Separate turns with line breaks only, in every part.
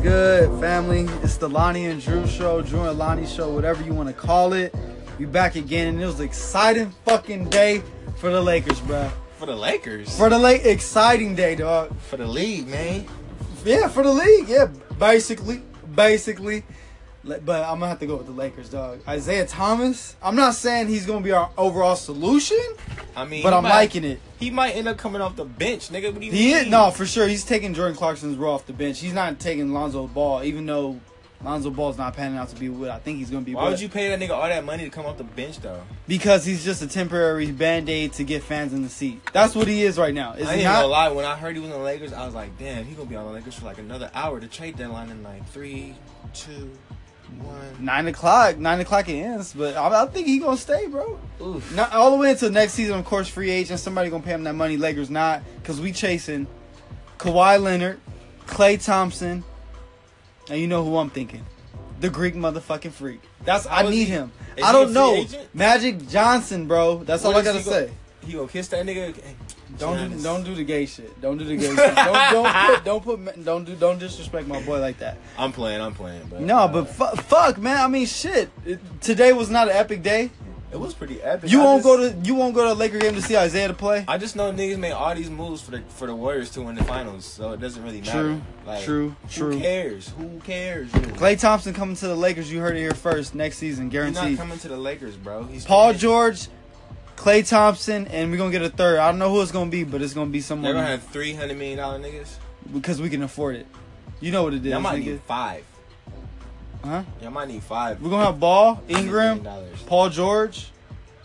good, family? It's the Lonnie and Drew show, Drew and Lonnie show, whatever you want to call it. We back again, and it was an exciting fucking day for the Lakers, bruh.
For the Lakers.
For the late exciting day, dog.
For the league, man.
Yeah, for the league. Yeah, basically, basically. Le- But I'm gonna have to go with the Lakers, dog. Isaiah Thomas. I'm not saying he's gonna be our overall solution,
I mean,
but
he
I'm
might-
liking it.
He might end up coming off the bench, nigga. What do you
He is,
mean?
no, for sure. He's taking Jordan Clarkson's role off the bench. He's not taking Lonzo Ball, even though Lonzo Ball's not panning out to be what I think he's going to be.
Why
but-
would you pay that nigga all that money to come off the bench though?
Because he's just a temporary band aid to get fans in the seat. That's what he is right now. Is
I
he
ain't
not?
gonna lie. When I heard he was on the Lakers, I was like, damn, he gonna be on the Lakers for like another hour. The trade deadline in like three, two, one.
Nine o'clock. Nine o'clock it ends, but I, I think he gonna stay, bro.
Oof.
Not all the way until next season, of course. Free agent. Somebody gonna pay him that money. Lakers not, cause we chasing Kawhi Leonard, Clay Thompson, and you know who I'm thinking, the Greek motherfucking freak. That's I
How is
need
he-
him.
is
I
he a
don't
free
know
agent?
Magic Johnson, bro. That's all
What
I
is
gotta
he gonna-
say.
He gonna kiss that nigga. Hey,
Don't do,
Giannis.
don't do the gay shit. Don't do the gay shit. Don't don't put, don't put ma- don't do don't disrespect my boy like that.
I'm playing. I'm playing. But
No,
uh,
but fu- fuck, man. I mean, shit. It, today was not an epic day.
it was pretty epic.
You
I
won't
just-
go to you won't go to a Laker game to see Isaiah to play.
I just know niggas made all these moves for the for the Warriors to win the finals, so it doesn't really matter.
True,
Like,
true,
Who
true.
cares? Who cares? Really?
Clay Thompson coming to the Lakers. You heard it here first. Next season,
He's not
guaranteed.
coming to the Lakers, bro. He's
Paul George, Clay Thompson, and we're gonna get a third. I don't know who it's gonna be, but it's gonna be
They're
someone
gonna have three hundred million dollar niggas.
because we can afford it. You know what it is,
Y'all might
nigga.
need five.
Huh?
Y'all might need five.
We're gonna have Ball,
$100
Ingram,
million.
Paul George,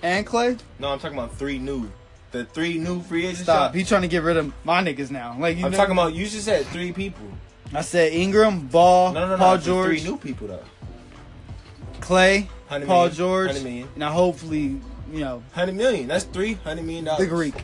and Clay.
No, I'm talking about three new. The three new free agents.
Stop.
y'all-
He trying to get rid of my niggas now. Like you
I'm
know-
talking about. You just said three people.
I said Ingram, Ball,
No, no, no.
Paul
no, the
George,
Three new people though.
Clay,
100
Paul
million,
George.
100 million.
Now hopefully, you know,
Hundred million. That's three hundred million dollars.
the Greek.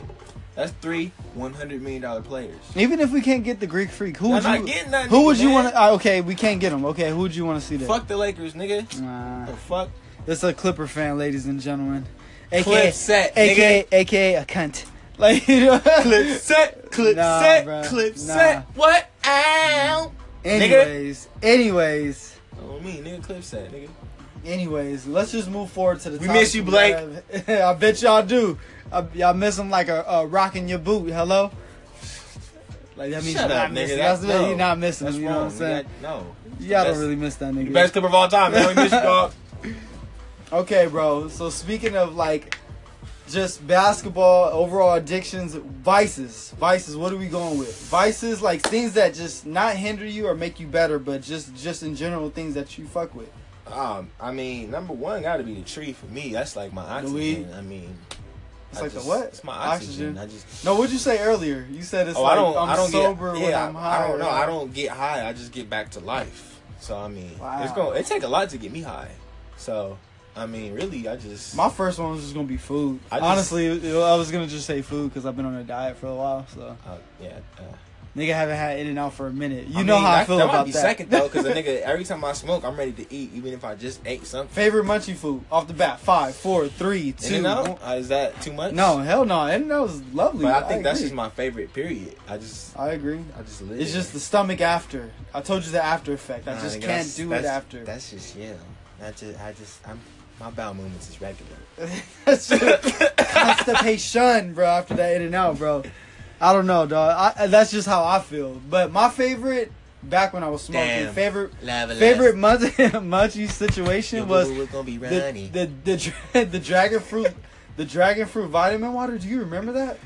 That's three one hundred million dollar players.
Even if we can't get the Greek freak, who
I'm
would
not
you?
getting that
who
nigga,
would you
man.
want to? Okay, we can't get him. Okay, who would you want to see there?
Fuck the Lakers, nigga.
Nah.
The fuck.
It's a Clipper fan, ladies and gentlemen.
Clip set,
AKA, AKA a cunt. Like you know.
Clip set, clip
Nah,
set,
bruh.
clip
Nah.
set. What? Ow.
Anyways, anyways,
Oh, me, nigga, clip set, nigga.
anyways. Let's just move forward to the.
We
topic
miss you, Blake.
have. I bet y'all do. I, y'all miss him like a, a rock in your boot. Hello. Like that means
Shut
you're
up,
not
nigga.
missing.
That-
That's
no.
you're not missing.
That's
you know
wrong.
what I'm saying?
You got- no.
Y'all
That's
don't really miss that nigga.
The best clip of all time, man. We miss you, dog.
Okay, bro. So speaking of like just basketball overall addictions, vices, vices. What are we going with? Vices like things that just not hinder you or make you better, but just just in general things that you fuck with.
Um, I mean, number one got to be the tree for me. That's like my
The
oxygen.
weed?
I mean,
It's
I
like the
just-
what?
It's my
Oxygen.
oxygen. I just.
No, what'd you say earlier? You said it's
Oh,
like
I don't.
I'm
I'm I do not
sober
get.
when
Yeah,
I'm high.
I don't know. I don't get high. I just get back to life. So I mean,
Wow.
it's going. to It take a lot to get me high. So I mean, really, I just.
My first one was just gonna be food.
I just-
Honestly, it- I was gonna just say food because I've been on a diet for a while, so
uh, yeah. Uh,
nigga haven't had In and Out for a minute. You
I
know
mean,
how I
that-
feel
that
about
might be
that.
second though, because a nigga every time I smoke, I'm ready to eat, even if I just ate something.
Favorite munchie food off the bat. Five, four, three, two.
In and
one.
out? Uh, is that too much?
No, hell no. And that was lovely.
but I think that's
agree.
just my favorite. Period. I just,
I agree.
I just live.
It's just the stomach after. I told you the after effect. I
Nah,
just
nigga,
can't
that's-
do it
that's-
after.
That's just yeah. I just, I just, I'm my bowel movements is regular.
That's just constipation, bro. After that in and out, bro. I don't know, dog. I, that's just how I feel. But my favorite, back when I was smoking,
Damn.
favorite
Lava
favorite munch, munchie situation was
we're gonna be running.
the the the, dra- the dragon fruit. The dragon fruit vitamin water. Do you remember that?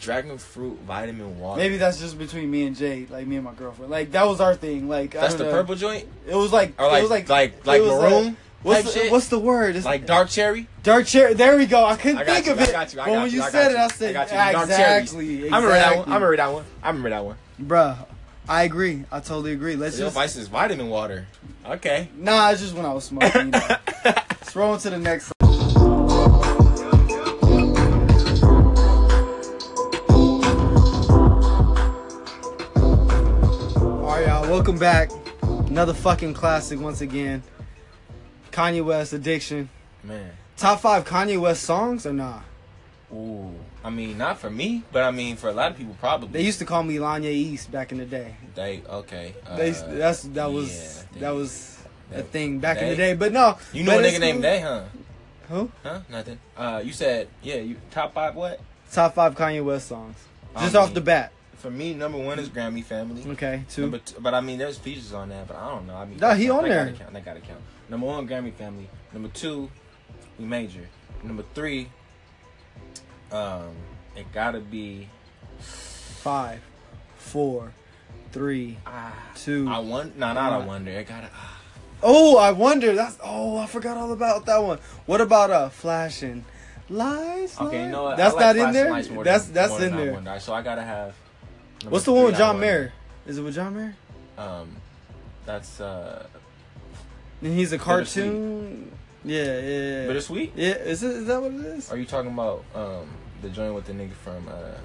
dragon fruit vitamin water.
Maybe that's just between me and Jay, like me and my girlfriend. Like that was our thing. Like I
that's
don't
the
know.
purple joint,
It was like
or
it
like
was
like
like
like,
it was
maroon.
what's
type
the,
shit?
what's the word? It's
like dark cherry?
dark cherry. There we go. I couldn't
I got
think
you,
of
I
it.
got you, I
but
got
when
you,
you
I
said it,
got you,
I
I
said
got you. Dark cherries.
exactly.
I remember that one.
exactly.
I remember that one. I remember that one.
Bruh, I agree. I totally agree. Let's
So your
just
vice is vitamin water. Okay.
nah. It's just when I was smoking. You know. Let's roll on to the next. All right, y'all. Welcome back. Another fucking classic once again. Kanye West, Addiction.
Man.
Top five Kanye West songs or nah?
Ooh, I mean, not for me, but I mean for a lot of people probably.
They used to call me Lanya East back in the day.
They okay. uh,
They that's that was
yeah, they-
that was a
they-
thing back in the
they-
day. But no,
You know
but
a
it's
nigga named
cool.
Day, huh?
Who?
Huh? Nothing. Uh, you said yeah. You top five what?
Top five Kanye West songs,
I
just
mean-
off the bat.
For me, number one is Grammy Family.
Okay, two.
Number two, but I mean, there's features on that, but I don't know. I mean,
Nah, he
that-
on
that
there.
Gotta count, that gotta count. Number one, Grammy Family. Number two, we major. Number three, um, it gotta be.
Five, four, three,
Ah,
two.
I want no, not I wonder. It gotta. Ah,
oh, I wonder. That's oh, I forgot all about that one. What about uh, flashing lights?
okay, you know what?
That's
I like
not in
Flashing
there.
Lights more
that's
than-
that's
more than
in
I
there.
Wonder. So I gotta have. number
What's the one with
three, I
John
Wonder.
Mayer? Is it with John Mayer?
Um, that's uh,
And he's a
Bittersweet.
cartoon. Yeah, yeah, yeah.
bittersweet.
Yeah, is, it, is that what it is?
Are you talking about um the joint with the nigga from uh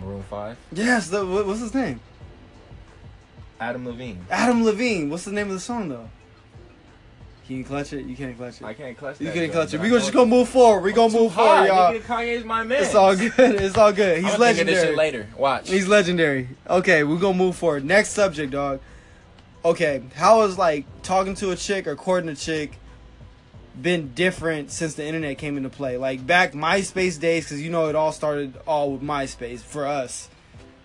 Maroon Five?
Yes. The, what, what's his name?
Adam Levine.
Adam Levine. What's the name of the song though? Can you clutch it? You can't clutch it.
I can't clutch.
you
that
can't
joint,
clutch it.
but
We
I
gonna
know
just
it.
gonna move forward. We gonna
Too
move forward,
hard,
y'all.
nigga. Kanye's my man.
It's all good. It's all good.
I'm
He's
gonna think of this
legendary.
shit later. Watch.
He's legendary. Okay, we're gonna move forward. Next subject, dog. Okay, how has like talking to a chick or courting a chick been different since the internet came into play? Like back MySpace days, because you know it all started all with MySpace for us.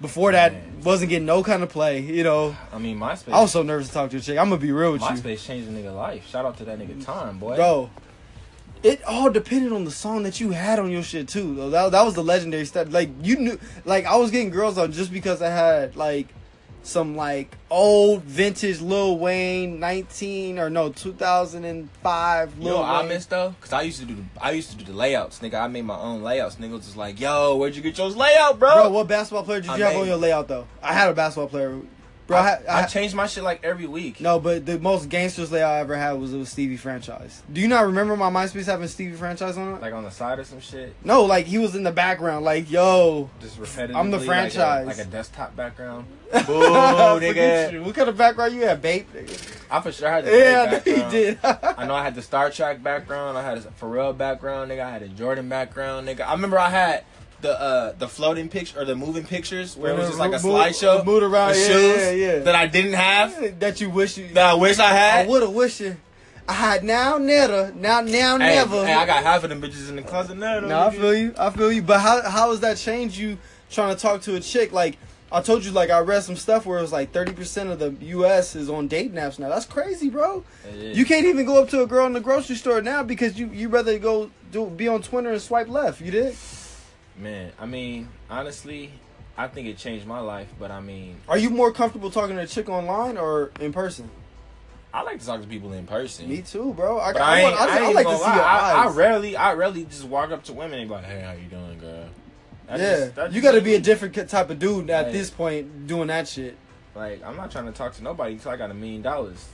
Before that,
Man.
wasn't getting no kind of play. You know,
I mean, MySpace.
I was so nervous to talk to a chick. I'm gonna be real with you,
MySpace changed a nigga life. Shout out to that nigga Tom, boy.
bro. It all depended on the song that you had on your shit too. Though that that was the legendary stuff. Like you knew, like I was getting girls on just because I had like some like old vintage Lil Wayne, nineteen or no two thousand and five.
You know
Lil
what I
Wayne.
miss though? Cause I used to do the I used to do the layouts, nigga. I made my own layouts. Nigga was just like, yo, where'd you get your layout, bro?
Bro, what basketball player did
Oh! I
you have
made-
on your layout though? I had a basketball player. Bro, I,
I,
had, I,
I changed my shit like every week.
no, but the most gangsters layout I ever had was with Stevie Franchise. Do you not remember my MySpace having Stevie Franchise on it?
Like on the side or some shit.
no, like he was in the background, like yo.
Just repetitive.
I'm the franchise.
Like a, desktop background. Boo,
Look at
Oh, nigga.
you. What kind of background you had, babe?
I for sure had
Yeah,
the
I know
background.
you did.
I know I had the Star Trek background. I had a Pharrell background, nigga. I had a Jordan background, nigga. I remember I had the uh the floating picture or the moving pictures where it was just like a
Move- move-
slideshow.
Move around,
with
yeah,
shoes
yeah, yeah.
That I didn't have.
that you wish you.
That I wish I
I
had.
would have wished you. I had now, never, now, now,
hey,
never.
Hey, I got half of them bitches in the closet now.
no, I
nigga.
feel you. I feel you. But how how has that changed you trying to talk to a chick? Like I told you, like I read some stuff where it was like thirty percent of the U.S. is on dating apps now. That's crazy, bro.
It is.
You can't even go up to a girl in the grocery store now because you you rather go do be on Twitter and swipe left. You did.
Man, I mean, honestly, I think it changed my life. But I mean,
Are you more comfortable talking to a chick online or in person?
I like to talk to people in person.
Me too, bro. I,
But
I,
I,
want,
ain't,
I,
I,
just- I
ain't
like to
gonna
see
lie.
your
I, I
eyes.
rarely, I rarely just walk up to women and be like, "Hey, how you doing, girl?" That's
yeah,
just- that's
you
just
got to be
me.
a different ki- type of dude at
Like-
this point doing that shit.
Like, I'm not trying to talk to nobody until I got a million dollars.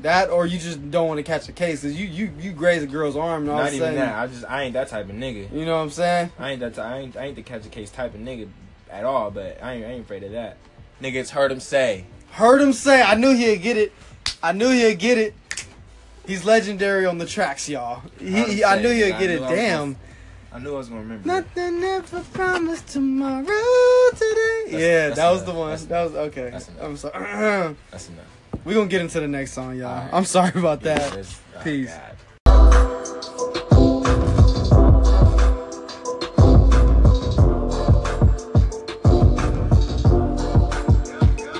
That or you just don't want to catch a case 'cause you you you graze a girl's arm. And all
Not
of a
even
sudden,
that. I just, I ain't that type of nigga.
You know what I'm saying?
I ain't that. T- I ain't, I ain't the catch a case type of nigga at all. But I ain't, I ain't afraid of that. Niggas heard him say.
Heard him say, I knew he'd get it. I knew he'd get it. He's legendary on the tracks, y'all. He,
Heard him
he, I
say,
knew
and
he'd get
I knew
it.
I was
Damn.
I knew I was gonna remember. that.
Nothing ever promised tomorrow today. yeah,
that's
that was
enough.
the one.
That's
that was okay.
That's enough.
I'm sorry.
That's enough.
We're gonna get into the next song, y'all.
All right.
I'm sorry about
Yeah,
that.
that's- oh,
Peace.
God.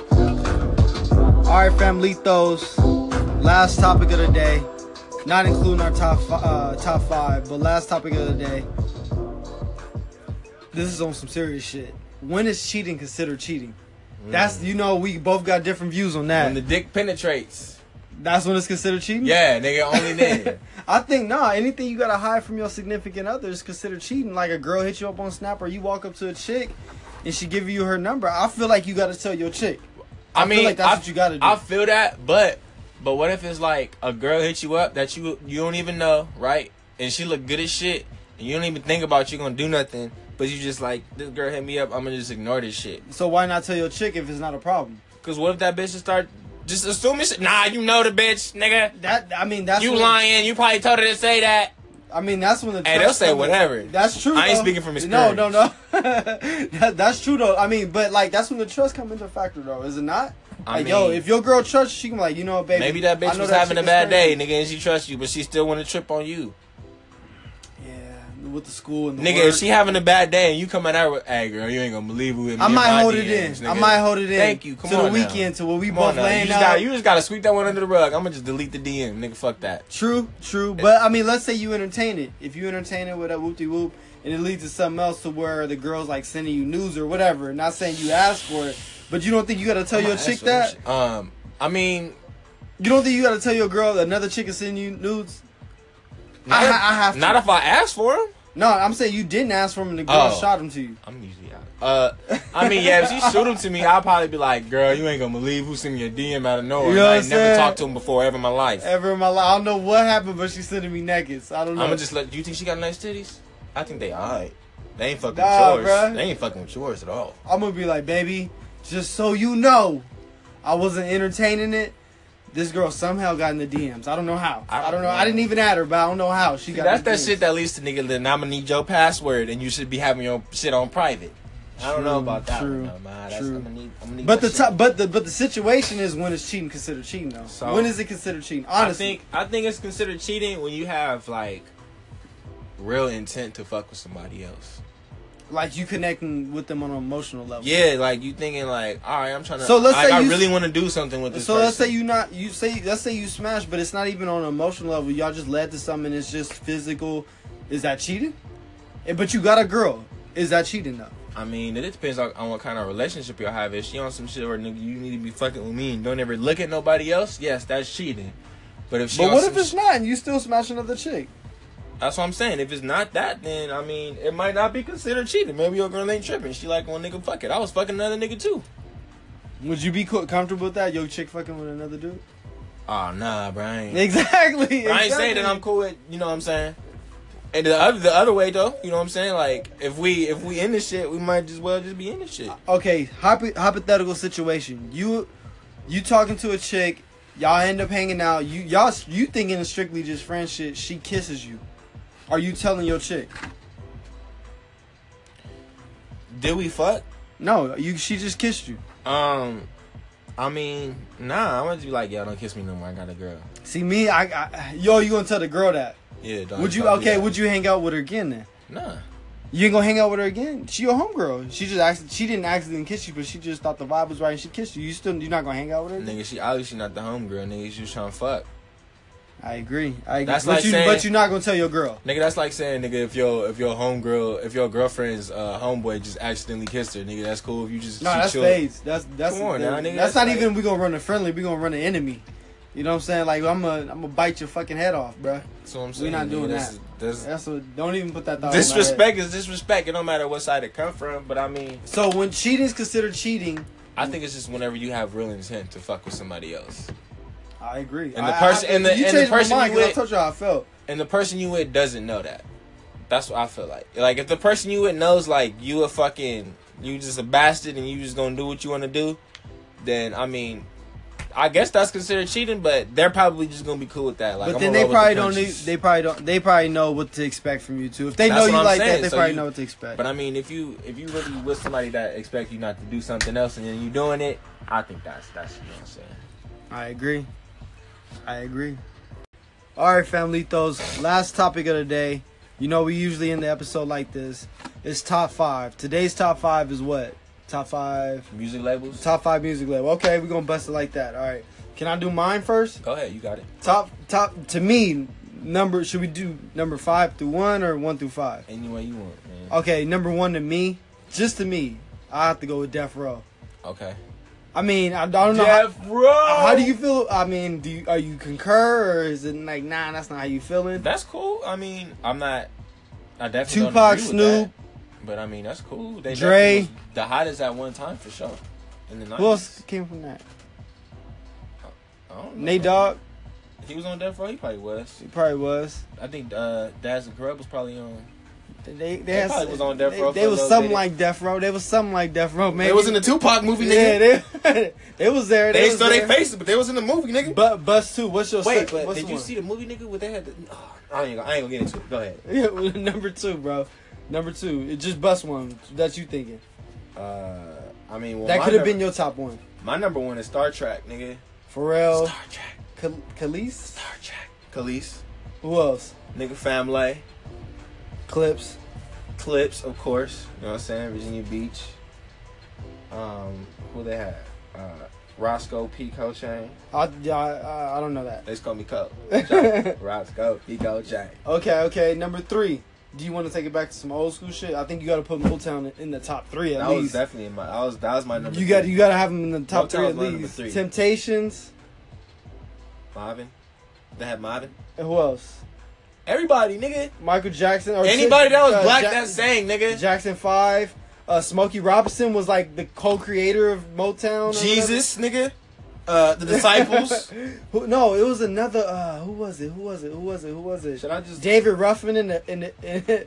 All right, famlitos. Last topic of the day, not including our top fi- uh, top five, but last topic of the day. This is on some serious shit. When is cheating considered cheating? That's you know we both got different views on that.
Mm. When the dick penetrates.
That's when it's considered cheating.
Yeah, nigga. Only then.
I think nah. Anything you gotta hide from your significant other is considered cheating. Like a girl hit you up on Snap, or you walk up to a chick, and she give you her number. I feel like you gotta tell your chick.
I,
I feel
mean,
like that's
I,
what you gotta do.
I feel that, but but what if it's like a girl hit you up that you you don't even know, right? And she look good as shit, and you don't even think about you gonna do nothing, but you just like this girl hit me up, I'm gonna just ignore this shit.
So why not tell your chick if it's not a problem?
Cause what if that bitch just start just assuming shit? Nah, you know the bitch, nigga.
That I mean that's
You
what-
lying. You probably told her to say that.
I mean, that's when the.
Hey, they'll say whatever.
That's true.
I ain't
though.
speaking from
No, no, no. that, that's true though. I mean, but like that's when the trust come into factor though, is it not?
I
Like, yo,
mean-
if your girl trusts, you, she can be like, you know, what, baby.
Maybe that
I
bitch
know
was
that
having
chick
a
is
bad
crazy.
day, nigga, and she trusts you, but she still want to trip on you.
Yeah, with the school and the
Nigga,
work.
if she having a bad day and you coming out with, hey girl, you ain't gonna believe who hit me
I
in
might
my
hold
DMs,
it in. I
nigga."
might hold it in.
Thank you. Come
to
on
the
now.
weekend, to where we
Come on
both
now.
laying
you just
out.
Gotta, you just gotta sweep that one under the rug. I'm gonna just delete the DM, nigga. Fuck that.
True, true. But I mean, let's say you entertain it. If you entertain it with a whoop de whoop, and it leads to something else to where the girl's like sending you news or whatever. Not saying you asked for it, but you don't think you gotta tell your
That's
chick
what
Oh, that.
I'm sh- Um, I mean,
You don't think you gotta tell your girl that another chick is sending you nudes?
not,
I ha- I have to.
not if I ask for him.
No, I'm saying you didn't ask for him, and the girl
Oh.
shot him to you.
I'm usually out. Uh, I mean, yeah, if she shoot him to me, I'll probably be like, girl, you ain't gonna believe who sent me a DM out of nowhere.
You know
and I
what
ain't
I'm
never
saying?
talked to him before ever in my life.
Ever in my life, I don't know what happened, but she's sending me nakeds. I don't know.
I'ma just let. You think she got nice titties? I think they alright. They ain't fucking
Nah,
with yours.
bruh.
They ain't fucking with yours at all.
I'm gonna be like, baby, just so you know, I wasn't entertaining it. This girl somehow got in the DMs. I don't know how. I don't, know. I didn't even add her, but I don't know how she got.
That's
in the
that
DMs.
shit that leads to nigga. Then I'm gonna need your password, and you should be having your shit on private. I don't know
True,
about that.
true,
True, one, man. That's,
true.
I'm gonna need, I'm gonna need
But
that
the
shit.
top, but the but the situation is when is cheating considered cheating though?
So-
when is it considered cheating?
I
Honestly,
think I think it's considered cheating when you have like real intent to fuck with somebody else.
like you connecting with them on an emotional level.
Yeah, like you thinking like, all right, I'm trying to.
So let's
like,
say
I
you-
really want to do something with this.
So let's say
person.
you not you say let's say you smash, but it's not even on an emotional level. Y'all just led to something. It's just physical. Is that cheating? Eh, But you got a girl. Is that cheating though?
I mean, it depends on, on what kind of relationship y'all have. If she on some shit where nigga, you need to be fucking with me and don't ever look at nobody else, yes, that's cheating. But if she,
But
on
what
some
if it's
sh-
not and you still smash another chick?
That's what I'm saying. If it's not that, then I mean, it might not be considered cheating. Maybe your girl ain't tripping. She like, well, nigga, fuck it. I was fucking another nigga too.
Would you be co- comfortable with that? Yo, chick fucking with another dude?
Oh nah, bro. I ain't,
Exactly.
I ain't saying that I'm cool with. You know what I'm saying. And the other the other way though, you know what I'm saying. Like if we if we in this shit, we might as well just be in this shit.
Okay, hypo- hypothetical situation. You, you talking to a chick. Y'all end up hanging out. You y'all you thinking it's strictly just friend shit. She kisses you. Are you telling your chick?
Did we fuck?
No, you. She just kissed you.
Um, I mean, nah. I'm gonna just be like, yeah, don't kiss me no more. I got a girl.
See me, I, I yo, you gonna tell the girl that?
Yeah. Don't,
would you
don't do
okay?
that.
Would you hang out with her again then?
Nah.
You ain't gonna hang out with her again. She your homegirl. She just accident, she didn't accidentally kiss you, but she just thought the vibe was right and she kissed you. You still you're not gonna hang out with her. again?
Nigga, she obviously not the homegirl. Nigga, she was trying to fuck.
I agree. I agree.
That's
but
like
you
saying-
but you're not gonna tell your girl.
Nigga, that's like saying, nigga, if your if your homegirl, if your girlfriend's uh, homeboy just accidentally kissed her, nigga, that's cool. If you just
No,
she
that's
chill.
phase. That's that's
Come on now, nigga,
that's,
that's
not
like-
even we gonna run a friendly. We gonna run an enemy. You know what I'm saying? Like I'm a I'm gonna bite your fucking head off, bruh.
That's what I'm saying.
not doing
that's,
that.
That's,
That's what. Don't even put that thought. in my head.
disrespect is disrespect. It don't matter what side it come from. But I mean,
So when cheating's considered cheating,
I think it's just whenever you have real intent to fuck with somebody else,
I agree.
And the
I-
person-
I,
and the-
you
and the
changed my
person
mind
you
'cause I
with-
told you how I felt.
and the person you with doesn't know that. That's what I feel like. Like if the person you with knows, like you a fucking, you just a bastard, and you just gonna do what you want to do, then I mean. I guess that's considered cheating, but they're probably just gonna be cool with that. Like,
but
I'm
then
gonna
they
roll with the
probably don't. Need,
punches.
they probably don't. They probably know what to expect from you too. If they
That's
know
what
you
I'm
like that,
saying.
they
So
probably
you-
know what to expect.
But I mean, if you if you really with somebody that expect you not to do something else and then you doing it, I think that's that's you know what I'm saying.
I agree. I agree. All right, Familitos. Last topic of the day. You know, we usually end the episode like this. It's top five. Today's top five is what? Top five.
Music labels.
Top five music label. Okay, we're gonna bust it like that. All right. Can I do mine first?
Go ahead, you got it.
Top top to me number. Should we do number five through one or one through five?
Any way you want, man.
Okay, number one to me, just to me, I have to go with Death Row.
Okay.
I mean, I, I don't know. how-
Jeff Rowe.
How, do you feel? I mean, do you, are you concur or is it like, nah, that's not how you feeling?
That's cool. I mean, I'm not. I definitely
Tupac,
don't agree
Snoop,
With that, but I mean, that's cool. They
Dre.
definitely was the hottest at one time for sure. In the 90s.
who else came from that?
I don't know.
Nate Dogg,
He was on Death Row. He probably was.
he probably was.
I think uh, Daz and Corrupt was probably on.
They they,
They
had
probably
some-
was on death
they-
row
They,
for a
was
little
something
bit.
like death row. They was something like death row. Maybe
They was in the Tupac movie,
yeah.
nigga.
They, they was there.
they
was
stole
there.
their faces, but they was in the movie, nigga.
But bus two. What's your
Wait,
sec-
but
what's
did
the
you
one?
see the movie, nigga? Where they had the? Oh, I ain't gonna, I ain't gonna get into it. Go ahead.
Yeah, well, number two, bro. Number two. It just bust one that you thinking.
Uh, I mean, well,
that
my
could have been
number-
your top one.
my number one is Star Trek, nigga.
Pharrell,
Star Trek,
Khal- Khalees.
Star Trek. Khalees,
Who else?
nigga, family,
Clips.
clips, of course. You know what I'm saying? Virginia Beach. Um, who they had? Uh, Roscoe P. Chain.
I, yeah, I, I, I don't know that.
They just call me Coke. Roscoe P. Chain.
Okay, okay. Number three. Do you want to take it back to some old school shit? I think you got to put Motown in the top three at
That was
least.
definitely in my. That was that was my number.
You got
three.
you got to have them in the top
Motown's
three at
my number
least.
three.
Temptations.
Marvin. They had Marvin.
And who else?
Everybody, nigga.
Michael Jackson. Or
Anybody that was
uh,
black,
Jack-
that sang, nigga.
Jackson Five. Uh, Smokey Robinson was like the co-creator of Motown. or
Jesus, nigga. Uh,
whatever.
the disciples.
who, no, it was another. Uh, who was it? Who was it? Who was it? Who was it?
Should I just? They
David Ruffin in the in the in,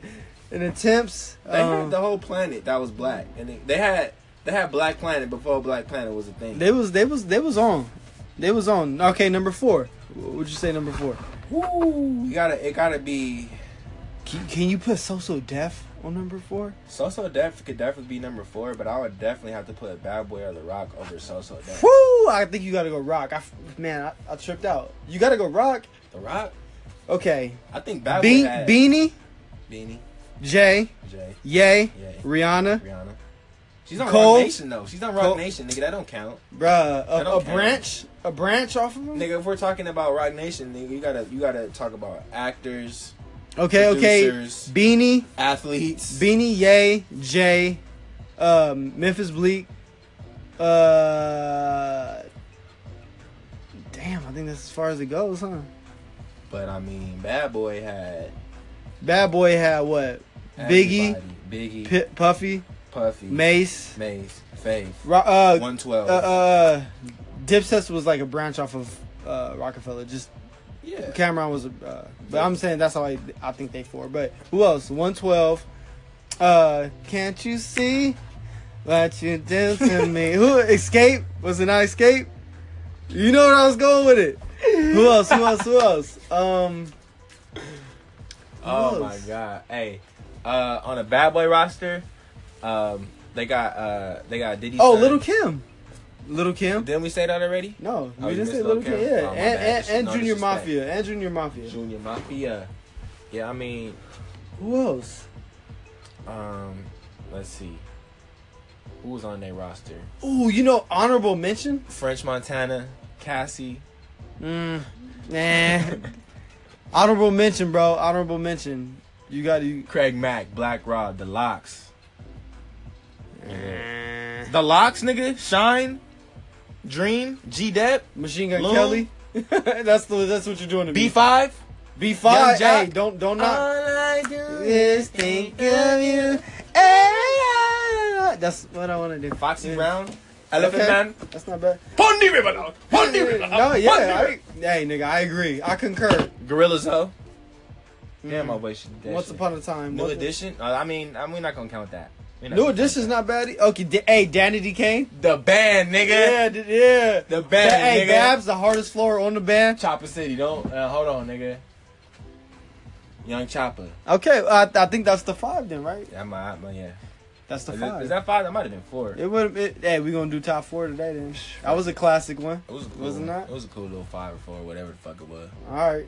the Um, attempts.
had the whole planet that was black, and they, they had they had Black Planet before Black Planet was a thing.
They was they was they was on. They was on. Okay, number four. What would you say number four?
Woo! You gotta it gotta be.
Can, can you put So So Def on number four?
So So Def could definitely be number four, but I would definitely have to put Bad Boy or The Rock over So So Def.
Woo! I think you gotta go rock. I f- man, I, I tripped out. You gotta go rock.
The Rock.
Okay.
I think Bad
Be-
Boy had
Beanie,
Beanie,
Jay,
Jay,
Yay,
Yay.
Rihanna,
Rihanna. She's on
Cole.
Rock Nation though. She's on Rock
Cole.
Nation, nigga. That don't count,
bruh.
I
A,
don't
a
care.
branch, a branch off of them.
nigga. If we're talking about Rock Nation, nigga, you gotta you gotta talk about actors,
Okay, okay.
Producers.
Beanie,
athletes.
Beanie, Yay, Jay, um, Memphis Bleak. Uh, damn, I think that's as far as it goes, huh?
but I mean, Bad Boy had
Bad Boy had what? Biggie,
everybody. Biggie,
P- Puffy,
Puffy,
Mace.
Maze, Faith,
Ro- uh,
One
uh,
Twelve.
uh, Dipset was like a branch off of uh, Rockefeller. Just
yeah.
Cameron was, uh, but I'm saying that's how I, I think they for. But who else? One twelve. Uh, can't you see what you did to me? Who escape? Was it not escape? You know what I was going with it. Who else? Who else? Who else? Um,
Oh
Gross.
my god. Hey, uh, on a bad boy roster, um, they got uh, they got Diddy.
oh, Little Kim. Little Kim.
Didn't we say that already?
No,
Oh,
we
you
didn't
missed
say
Lil'
Little Kim.
Kim?
Yeah,
Oh,
and,
my bad.
and,
Dis-
and
no
Junior
disrespect.
Mafia, and Junior Mafia.
Junior Mafia. Yeah, I mean,
Who else?
um, let's see, who was on their roster?
Ooh, you know, honorable mention.
French Montana, Cassie.
Mm, nah. honorable mention, bro. Honorable mention. You got to.
Craig Mack, Black Rod, The Locks. The Locks, nigga. Shine, Dream, G Dep,
Machine Gun
Lil-
Kelly. that's the that's what you're doing to me.
B5.
B five.
Young
Hey,
Jock.
don't don't
All
knock.
I do
This think of you.
Uh,
Ah, That's what I want to do.
Foxy
Yeah.
Brown, Elephant
Okay.
Man.
That's not bad.
Pondy River Dog. Pondy River
No, yeah. I, hey, nigga, I agree. I concur.
Gorillas, though.
Mm-hmm.
Damn, I wish. that
Once
shit.
upon a time.
New
Once-
Edition? Uh, I mean, I'm, we're not gonna count that. We're not
New
gonna
Edition's not
count
bad. e- Okay, D- hey, Danny D. Kane.
that. The band, nigga.
Yeah, d- yeah.
The band,
Ba- hey,
nigga.
Babs, the hardest floor on the band.
Chopper City. Don't uh, hold on, nigga. Young Chopper.
Okay, I, I think that's the five then, right?
Yeah, my, my, yeah.
That's the
Is,
five.
it, is that five? That might have been four.
it would. It, hey, we gonna do top four today then. That was a classic one.
It was a cool.
Was it
one.
not?
It was a cool little five or four, whatever the fuck it was.
All right.